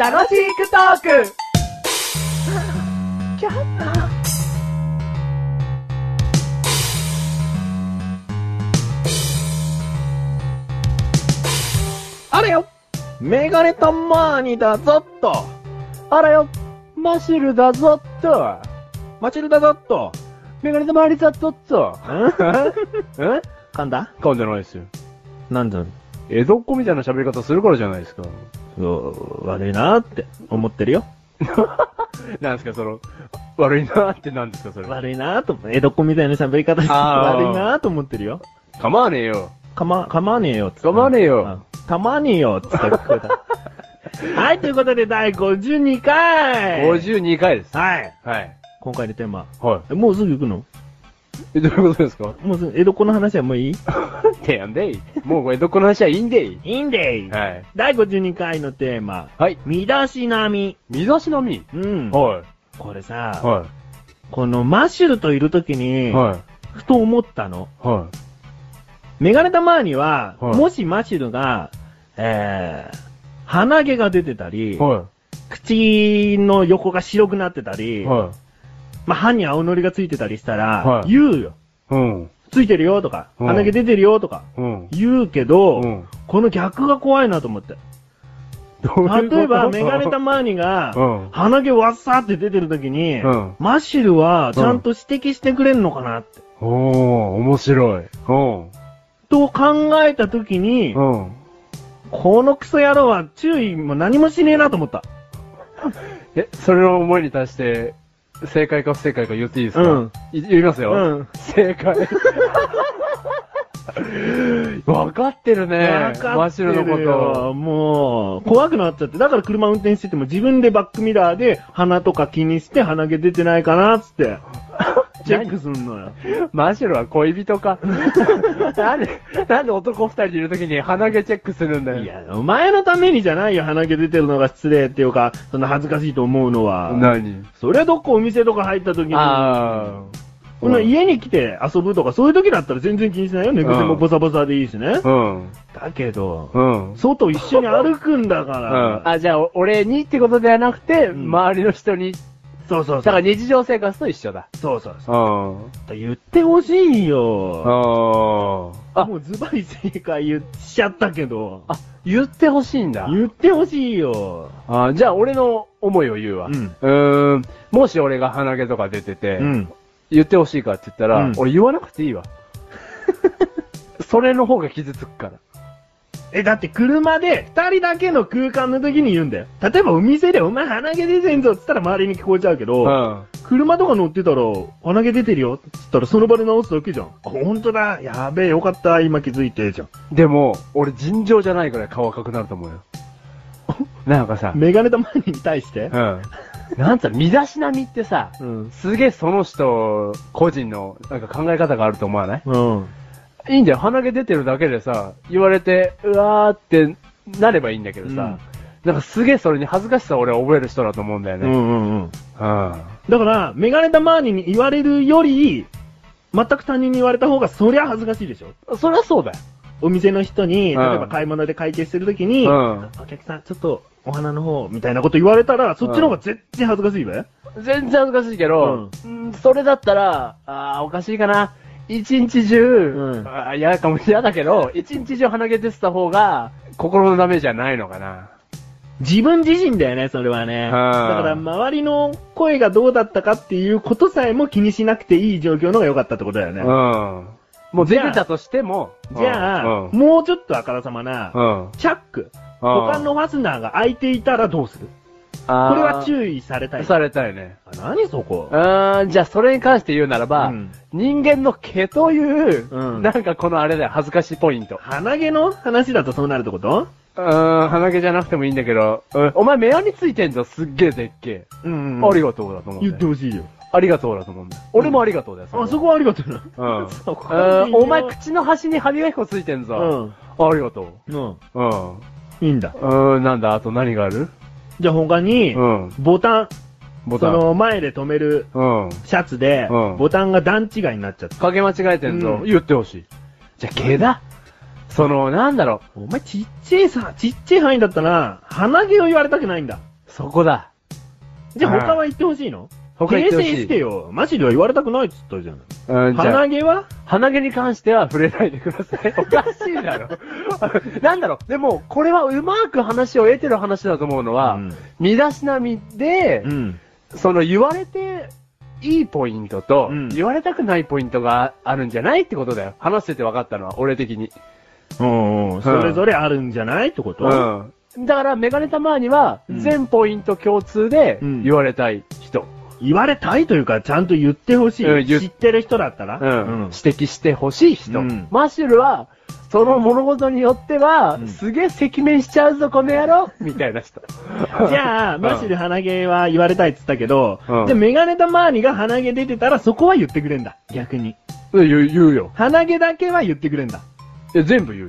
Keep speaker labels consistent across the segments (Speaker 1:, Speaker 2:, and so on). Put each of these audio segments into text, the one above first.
Speaker 1: 楽しくトーク
Speaker 2: あれよメガネとマーニだぞっとあれよマシルだぞっとマシルだぞっとメガネとマーニだぞっとんん
Speaker 3: 噛んだ
Speaker 2: 噛んじゃないですよ。
Speaker 3: なんだ
Speaker 2: 江戸っ子みたいな喋り方するからじゃない ですか。
Speaker 3: そう、悪いなーって思ってるよ。
Speaker 2: なんですか、その、悪いなってなんですか、それ。
Speaker 3: 悪いなーと、江戸っ子みたいな喋り方して
Speaker 2: あー
Speaker 3: 悪いなーと思ってるよ。
Speaker 2: 構わねえよ。
Speaker 3: かま、かまわねえよっつった
Speaker 2: かまわねえよ。
Speaker 3: あたまねえよっつった聞こ えた。はい、ということで第52回
Speaker 2: 52回です。
Speaker 3: はい。
Speaker 2: はい。
Speaker 3: 今回のテーマ。
Speaker 2: は
Speaker 3: えもうすぐ行くの
Speaker 2: い。え、どういうことですか
Speaker 3: もうすぐ、江戸っ子の話はもういい
Speaker 2: てやんでい。もうこれ江戸っ子の話はいいんでい。
Speaker 3: いいんでい
Speaker 2: はい。
Speaker 3: 第52回のテーマ。
Speaker 2: はい。
Speaker 3: 身だしなみ。
Speaker 2: 身だしなみ。
Speaker 3: うん。
Speaker 2: は
Speaker 3: これ
Speaker 2: い。
Speaker 3: さ、
Speaker 2: は
Speaker 3: このマッシュルといるときに、
Speaker 2: い。は
Speaker 3: ふと思ったの。
Speaker 2: い。は
Speaker 3: メガネたまーには、
Speaker 2: はい
Speaker 3: もしマシルが、えー、鼻毛が出てたり、
Speaker 2: い。は
Speaker 3: 口の横が白くなってた
Speaker 2: い。
Speaker 3: り、
Speaker 2: は
Speaker 3: まあ、歯に青のりがついてたりしたら、
Speaker 2: はい
Speaker 3: 言うよ。
Speaker 2: い。うん。
Speaker 3: ついてるよとか、
Speaker 2: うん
Speaker 3: 鼻毛出てるよとか、
Speaker 2: うん。
Speaker 3: 言うけど、
Speaker 2: うん。
Speaker 3: この逆が怖いなと思って。 例えば、メガネた
Speaker 2: み。
Speaker 3: まーにが、
Speaker 2: うん。
Speaker 3: 鼻毛わっさーって出てる時に、
Speaker 2: うん
Speaker 3: マシルはちゃんと指摘してくれんのかなって。
Speaker 2: おー、面白い。うん。
Speaker 3: と考えた時に、
Speaker 2: うん。
Speaker 3: このクソ野郎は注意も何もしねえなと思った。
Speaker 2: え、それの思いに対して、正解か不正解か言っていいですか
Speaker 3: うん
Speaker 2: い言いますよ。
Speaker 3: うん
Speaker 2: 正 解。わかってるね。
Speaker 3: わ
Speaker 2: マ
Speaker 3: か
Speaker 2: ッ
Speaker 3: って
Speaker 2: シ
Speaker 3: る
Speaker 2: ュル
Speaker 3: よ
Speaker 2: のこと。
Speaker 3: もう、怖くなっちゃって。だから車運転してても自分でバックミラーで鼻とか気にして鼻毛出てないかなっつ って、チェックすんのよ。
Speaker 2: マシュルは恋人 か。なんで、なんで男二人でいるときに鼻毛チェックするんだよ。
Speaker 3: いや、お前のためにじゃないよ、鼻毛出てるのが失礼っていうか、そんな恥ずかしいと思うのは。
Speaker 2: 何
Speaker 3: それはどっかお店とか入った時に、
Speaker 2: あ
Speaker 3: この家に来て遊ぶとか、そういう時だったら全然気にしないよ。寝癖もボサボサでいいしね。
Speaker 2: あ。うん。
Speaker 3: だけど、
Speaker 2: うん。
Speaker 3: 外一緒に歩くんだか
Speaker 2: うん。
Speaker 3: ら。
Speaker 2: あ、じゃあ、お俺にってことではなくて、
Speaker 3: ん
Speaker 2: 周りの人に。
Speaker 3: そうそう
Speaker 2: だ
Speaker 3: そ
Speaker 2: から
Speaker 3: う。
Speaker 2: 日常生活と一緒だ。
Speaker 3: そうそうそう。
Speaker 2: うん。
Speaker 3: 言ってほしいよ。
Speaker 2: ああ。
Speaker 3: もうズバリ正解言っちゃったけど。
Speaker 2: あ、言ってほしいんだ。
Speaker 3: 言ってほしいよ。
Speaker 2: あじゃあ、俺の思いを言うわ。
Speaker 3: うん
Speaker 2: ーん。もし俺が鼻毛とか出てて、
Speaker 3: うん。
Speaker 2: 言ってほしいかって言ったら、
Speaker 3: うん
Speaker 2: 俺言わなく ていいわ。それの方が傷つくから。
Speaker 3: え、だって車で二人だけの空間の時に言うんだよ。例えばお店でお前鼻毛出てんぞって言ったら周りに聞こえちゃうけど、
Speaker 2: うん。
Speaker 3: 車とか乗ってたら鼻毛出てるよって言ったらその場で直すだけじゃん。あ、ほんとだ。やべえ、よかった。今気づいて、じゃん。
Speaker 2: でも、俺尋常じゃないくらい顔赤くなると思うよ。 なんかさ、
Speaker 3: メガネ玉に対して
Speaker 2: うん。なんつうの、身だしなみってさ、
Speaker 3: うん。
Speaker 2: すげえその人、個人の、なんか考え方があると思わない
Speaker 3: うん。
Speaker 2: いいんだよ、鼻毛出てるだけでさ、言われて、うわーってなればいいんだけどさ、なんかすげえそれに恥ずかしさを俺は覚える人だと思うんだよ
Speaker 3: う
Speaker 2: ね。
Speaker 3: んうんうん。
Speaker 2: うん。
Speaker 3: だから、メガネたまーにに言われるより、全く他人に言われた方がそりゃ恥ずかしいでしょ。
Speaker 2: そりゃそうだよ。
Speaker 3: お店の人に、例え
Speaker 2: うん
Speaker 3: ば買い物で会計してるときに、
Speaker 2: うん
Speaker 3: お客さん、ちょっとお花の方、みたいなこと言われたら、そっちの方が絶対恥ずかしいべ。
Speaker 2: 全然恥ずかしいけど、うん、それだったら、あーおかしいかな。一日中、
Speaker 3: うん
Speaker 2: あー嫌かも、嫌だけど、一日中鼻毛出てた方が、心のダメージはないのかな。
Speaker 3: 自分自身だよね、それはね。だから、周りの声がどうだったかっていうことさえも気にしなくていい状況の方が良かったってことだよね。
Speaker 2: うん。もう出てたとしても、
Speaker 3: じゃあ、
Speaker 2: うん。
Speaker 3: もうちょっとあからさまな、
Speaker 2: うん。
Speaker 3: チャック、他のファスナーが開いていたらどうするこれは
Speaker 2: 意
Speaker 3: 注意されたい。
Speaker 2: されたいね。
Speaker 3: あ何そこ
Speaker 2: うーん、じゃあそれに関して言うならば、
Speaker 3: うん
Speaker 2: 人間の毛という、
Speaker 3: うん
Speaker 2: なんかこのあれだよ、恥ずかしいポイント。
Speaker 3: 鼻毛の話だとそうなるってこと
Speaker 2: うーん、鼻毛じゃなくてもいいんだけど、うんお前目輪についてんぞ、すっげえでっけえ。
Speaker 3: うん
Speaker 2: ありがとうだと思うん
Speaker 3: 言っ
Speaker 2: だ
Speaker 3: て
Speaker 2: よ。
Speaker 3: ほしいよ。
Speaker 2: ありがとうだと思うんだよ。俺もありがとうだよ。れは
Speaker 3: あ、そこはありがとうな。
Speaker 2: うん。う
Speaker 3: そこ
Speaker 2: ーんお前口の端に歯磨き粉ついてんぞ。ありがと
Speaker 3: うん。
Speaker 2: う。うん。う
Speaker 3: うん。いいんだ。
Speaker 2: ーん、なんだ、あと何がある
Speaker 3: じゃあ他に、
Speaker 2: うん。
Speaker 3: ボタン、
Speaker 2: ボタ
Speaker 3: そ
Speaker 2: ン。
Speaker 3: の前で止める
Speaker 2: うん。
Speaker 3: シャツで、
Speaker 2: うん
Speaker 3: ボタンが段違いになっちゃった。
Speaker 2: かけ間違えてんぞ。
Speaker 3: うん
Speaker 2: 言ってほしい。じゃあ毛だ。その、なんだろう、
Speaker 3: お前ちっちゃいさ、ちっちゃい範囲だったな。鼻毛を言われたくないんだ。
Speaker 2: そこだ。
Speaker 3: じゃあ
Speaker 2: うん
Speaker 3: 他は言ってほしいの
Speaker 2: 他言ってほしい
Speaker 3: 訂正してよ。マジでは言われたくないっつったじゃん。
Speaker 2: うん、じゃあ、
Speaker 3: 鼻毛は
Speaker 2: 鼻毛に関しては触れないでください。 おかしいだろ。なんだろう、でも、これはうまく話を得てる話だと思うのは、
Speaker 3: うん
Speaker 2: 身だしなみで、
Speaker 3: うん。
Speaker 2: その言われていいポイントと、
Speaker 3: うん
Speaker 2: 言われたくないポイントがあるんじゃないってことだよ。話してて分かったのは、俺的に。
Speaker 3: うんうん。それぞれあるんじゃないってこと
Speaker 2: だから、メガネたまーには、
Speaker 3: うん
Speaker 2: 全ポイント共通で
Speaker 3: うん
Speaker 2: 言われたい人、
Speaker 3: 言われたいというか、ちゃんと言ってほし
Speaker 2: うん
Speaker 3: い。
Speaker 2: 言っ
Speaker 3: 知ってる人だったら。
Speaker 2: うん
Speaker 3: うん
Speaker 2: 指摘してほしい人、
Speaker 3: うん
Speaker 2: マッシュルは、その物事によっては、
Speaker 3: うん
Speaker 2: すげえ赤面しちゃうぞ、この野郎み たいな人。
Speaker 3: じゃあ、マジで鼻毛は言われたいって言ったけど、
Speaker 2: うん
Speaker 3: じゃあメガネたまわりが鼻毛出てたらそこは言ってくれんだ。逆に。
Speaker 2: うん言う言うよ。
Speaker 3: 鼻毛だけは言ってくれんだ。
Speaker 2: いや全部言うよ。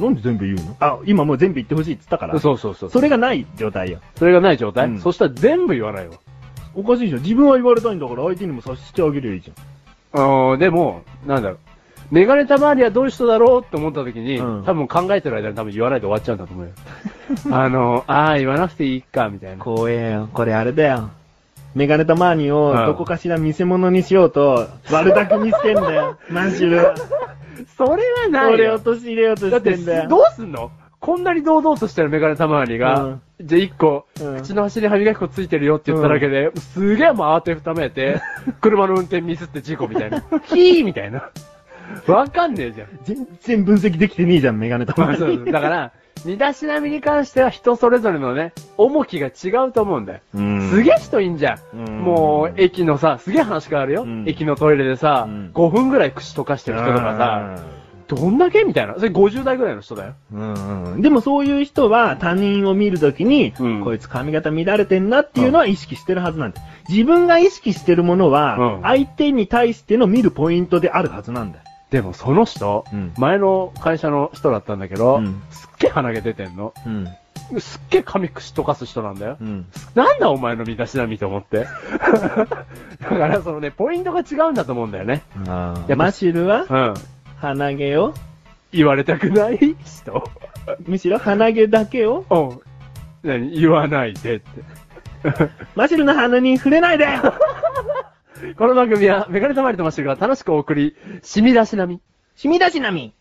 Speaker 3: なんで全部言うのあ、今もう全部言ってほしいって言ったから。
Speaker 2: そうそうそう。
Speaker 3: それがない状態よ。
Speaker 2: それがない状態、
Speaker 3: うん
Speaker 2: そしたら全部言わないわ。
Speaker 3: おかしいじゃん。自分は言われたいんだから相手にも察してあげりゃいいじ
Speaker 2: うん、でも、なんだろう。メガネたまわりはどういう人だろうって思った時に、
Speaker 3: うん
Speaker 2: 多分考えてる間に多分言わないで終わっちゃうんだと思 うよ。あの、ああ、言わなくていいか、みたい
Speaker 3: ゃん。
Speaker 2: な。
Speaker 3: 怖えよ。これあれだよ。メガネたまーにを
Speaker 2: うん
Speaker 3: どこかしら見せ物にしようと悪だく見してんだ よ。マジで。
Speaker 2: それはない
Speaker 3: 俺
Speaker 2: よ
Speaker 3: 落。とし入れようと
Speaker 2: だっ、
Speaker 3: しててんだよ。
Speaker 2: どうすんのこんなに堂々としてるメガネたまわりが、じゃあ一個、
Speaker 3: うん
Speaker 2: 口の端に歯磨き粉ついてるよって言っただけで、すげえもう慌てふため いて、車の運転ミスって事故みたいな。ヒーみたいな。わかんねえじゃん。
Speaker 3: 全然分析できてねえじゃん、メガネたま
Speaker 2: そうそう
Speaker 3: ーに。
Speaker 2: だから、身だしなみに関しては人それぞれのね、重きが違うと思うんだよ。すげえ人いんじゃん。
Speaker 3: うん
Speaker 2: もう、駅のさ、すげえ話変わるよ。
Speaker 3: うん
Speaker 2: 駅のトイレでさ、
Speaker 3: うん
Speaker 2: 5分ぐらい口溶かしてる人とかさ、どんだけみたいな。それ50代ぐらいの人だよ。
Speaker 3: うんうんでもそういう人は他人を見るときに、
Speaker 2: うん
Speaker 3: こいつ髪型乱れてんなっていうのは意識してるはずなんだ。自分が意識してるものは
Speaker 2: う、ん
Speaker 3: 相手に対しての見るポイントであるはずなんだ。
Speaker 2: でもその人、
Speaker 3: うん
Speaker 2: 前の会社の人だったんだけど、
Speaker 3: うん
Speaker 2: すっげえ鼻毛出てんの。
Speaker 3: うん。
Speaker 2: すっげえ髪口溶かす人なんだよ。
Speaker 3: うん。
Speaker 2: なんだお前の身だしなみと思って。 だからそのね、ポイントが違うんだと思うんだよね。
Speaker 3: あ
Speaker 2: いや
Speaker 3: マシルは
Speaker 2: うん。
Speaker 3: 鼻毛を、
Speaker 2: 言われたくない人。
Speaker 3: むしろ鼻毛だけを、
Speaker 2: うん。何言わないでって。
Speaker 3: マシルの鼻に触れないで
Speaker 2: この番組はメガネたまりとマッシュルが楽しくお送り、染み出しなみ。
Speaker 3: 染み出しなみ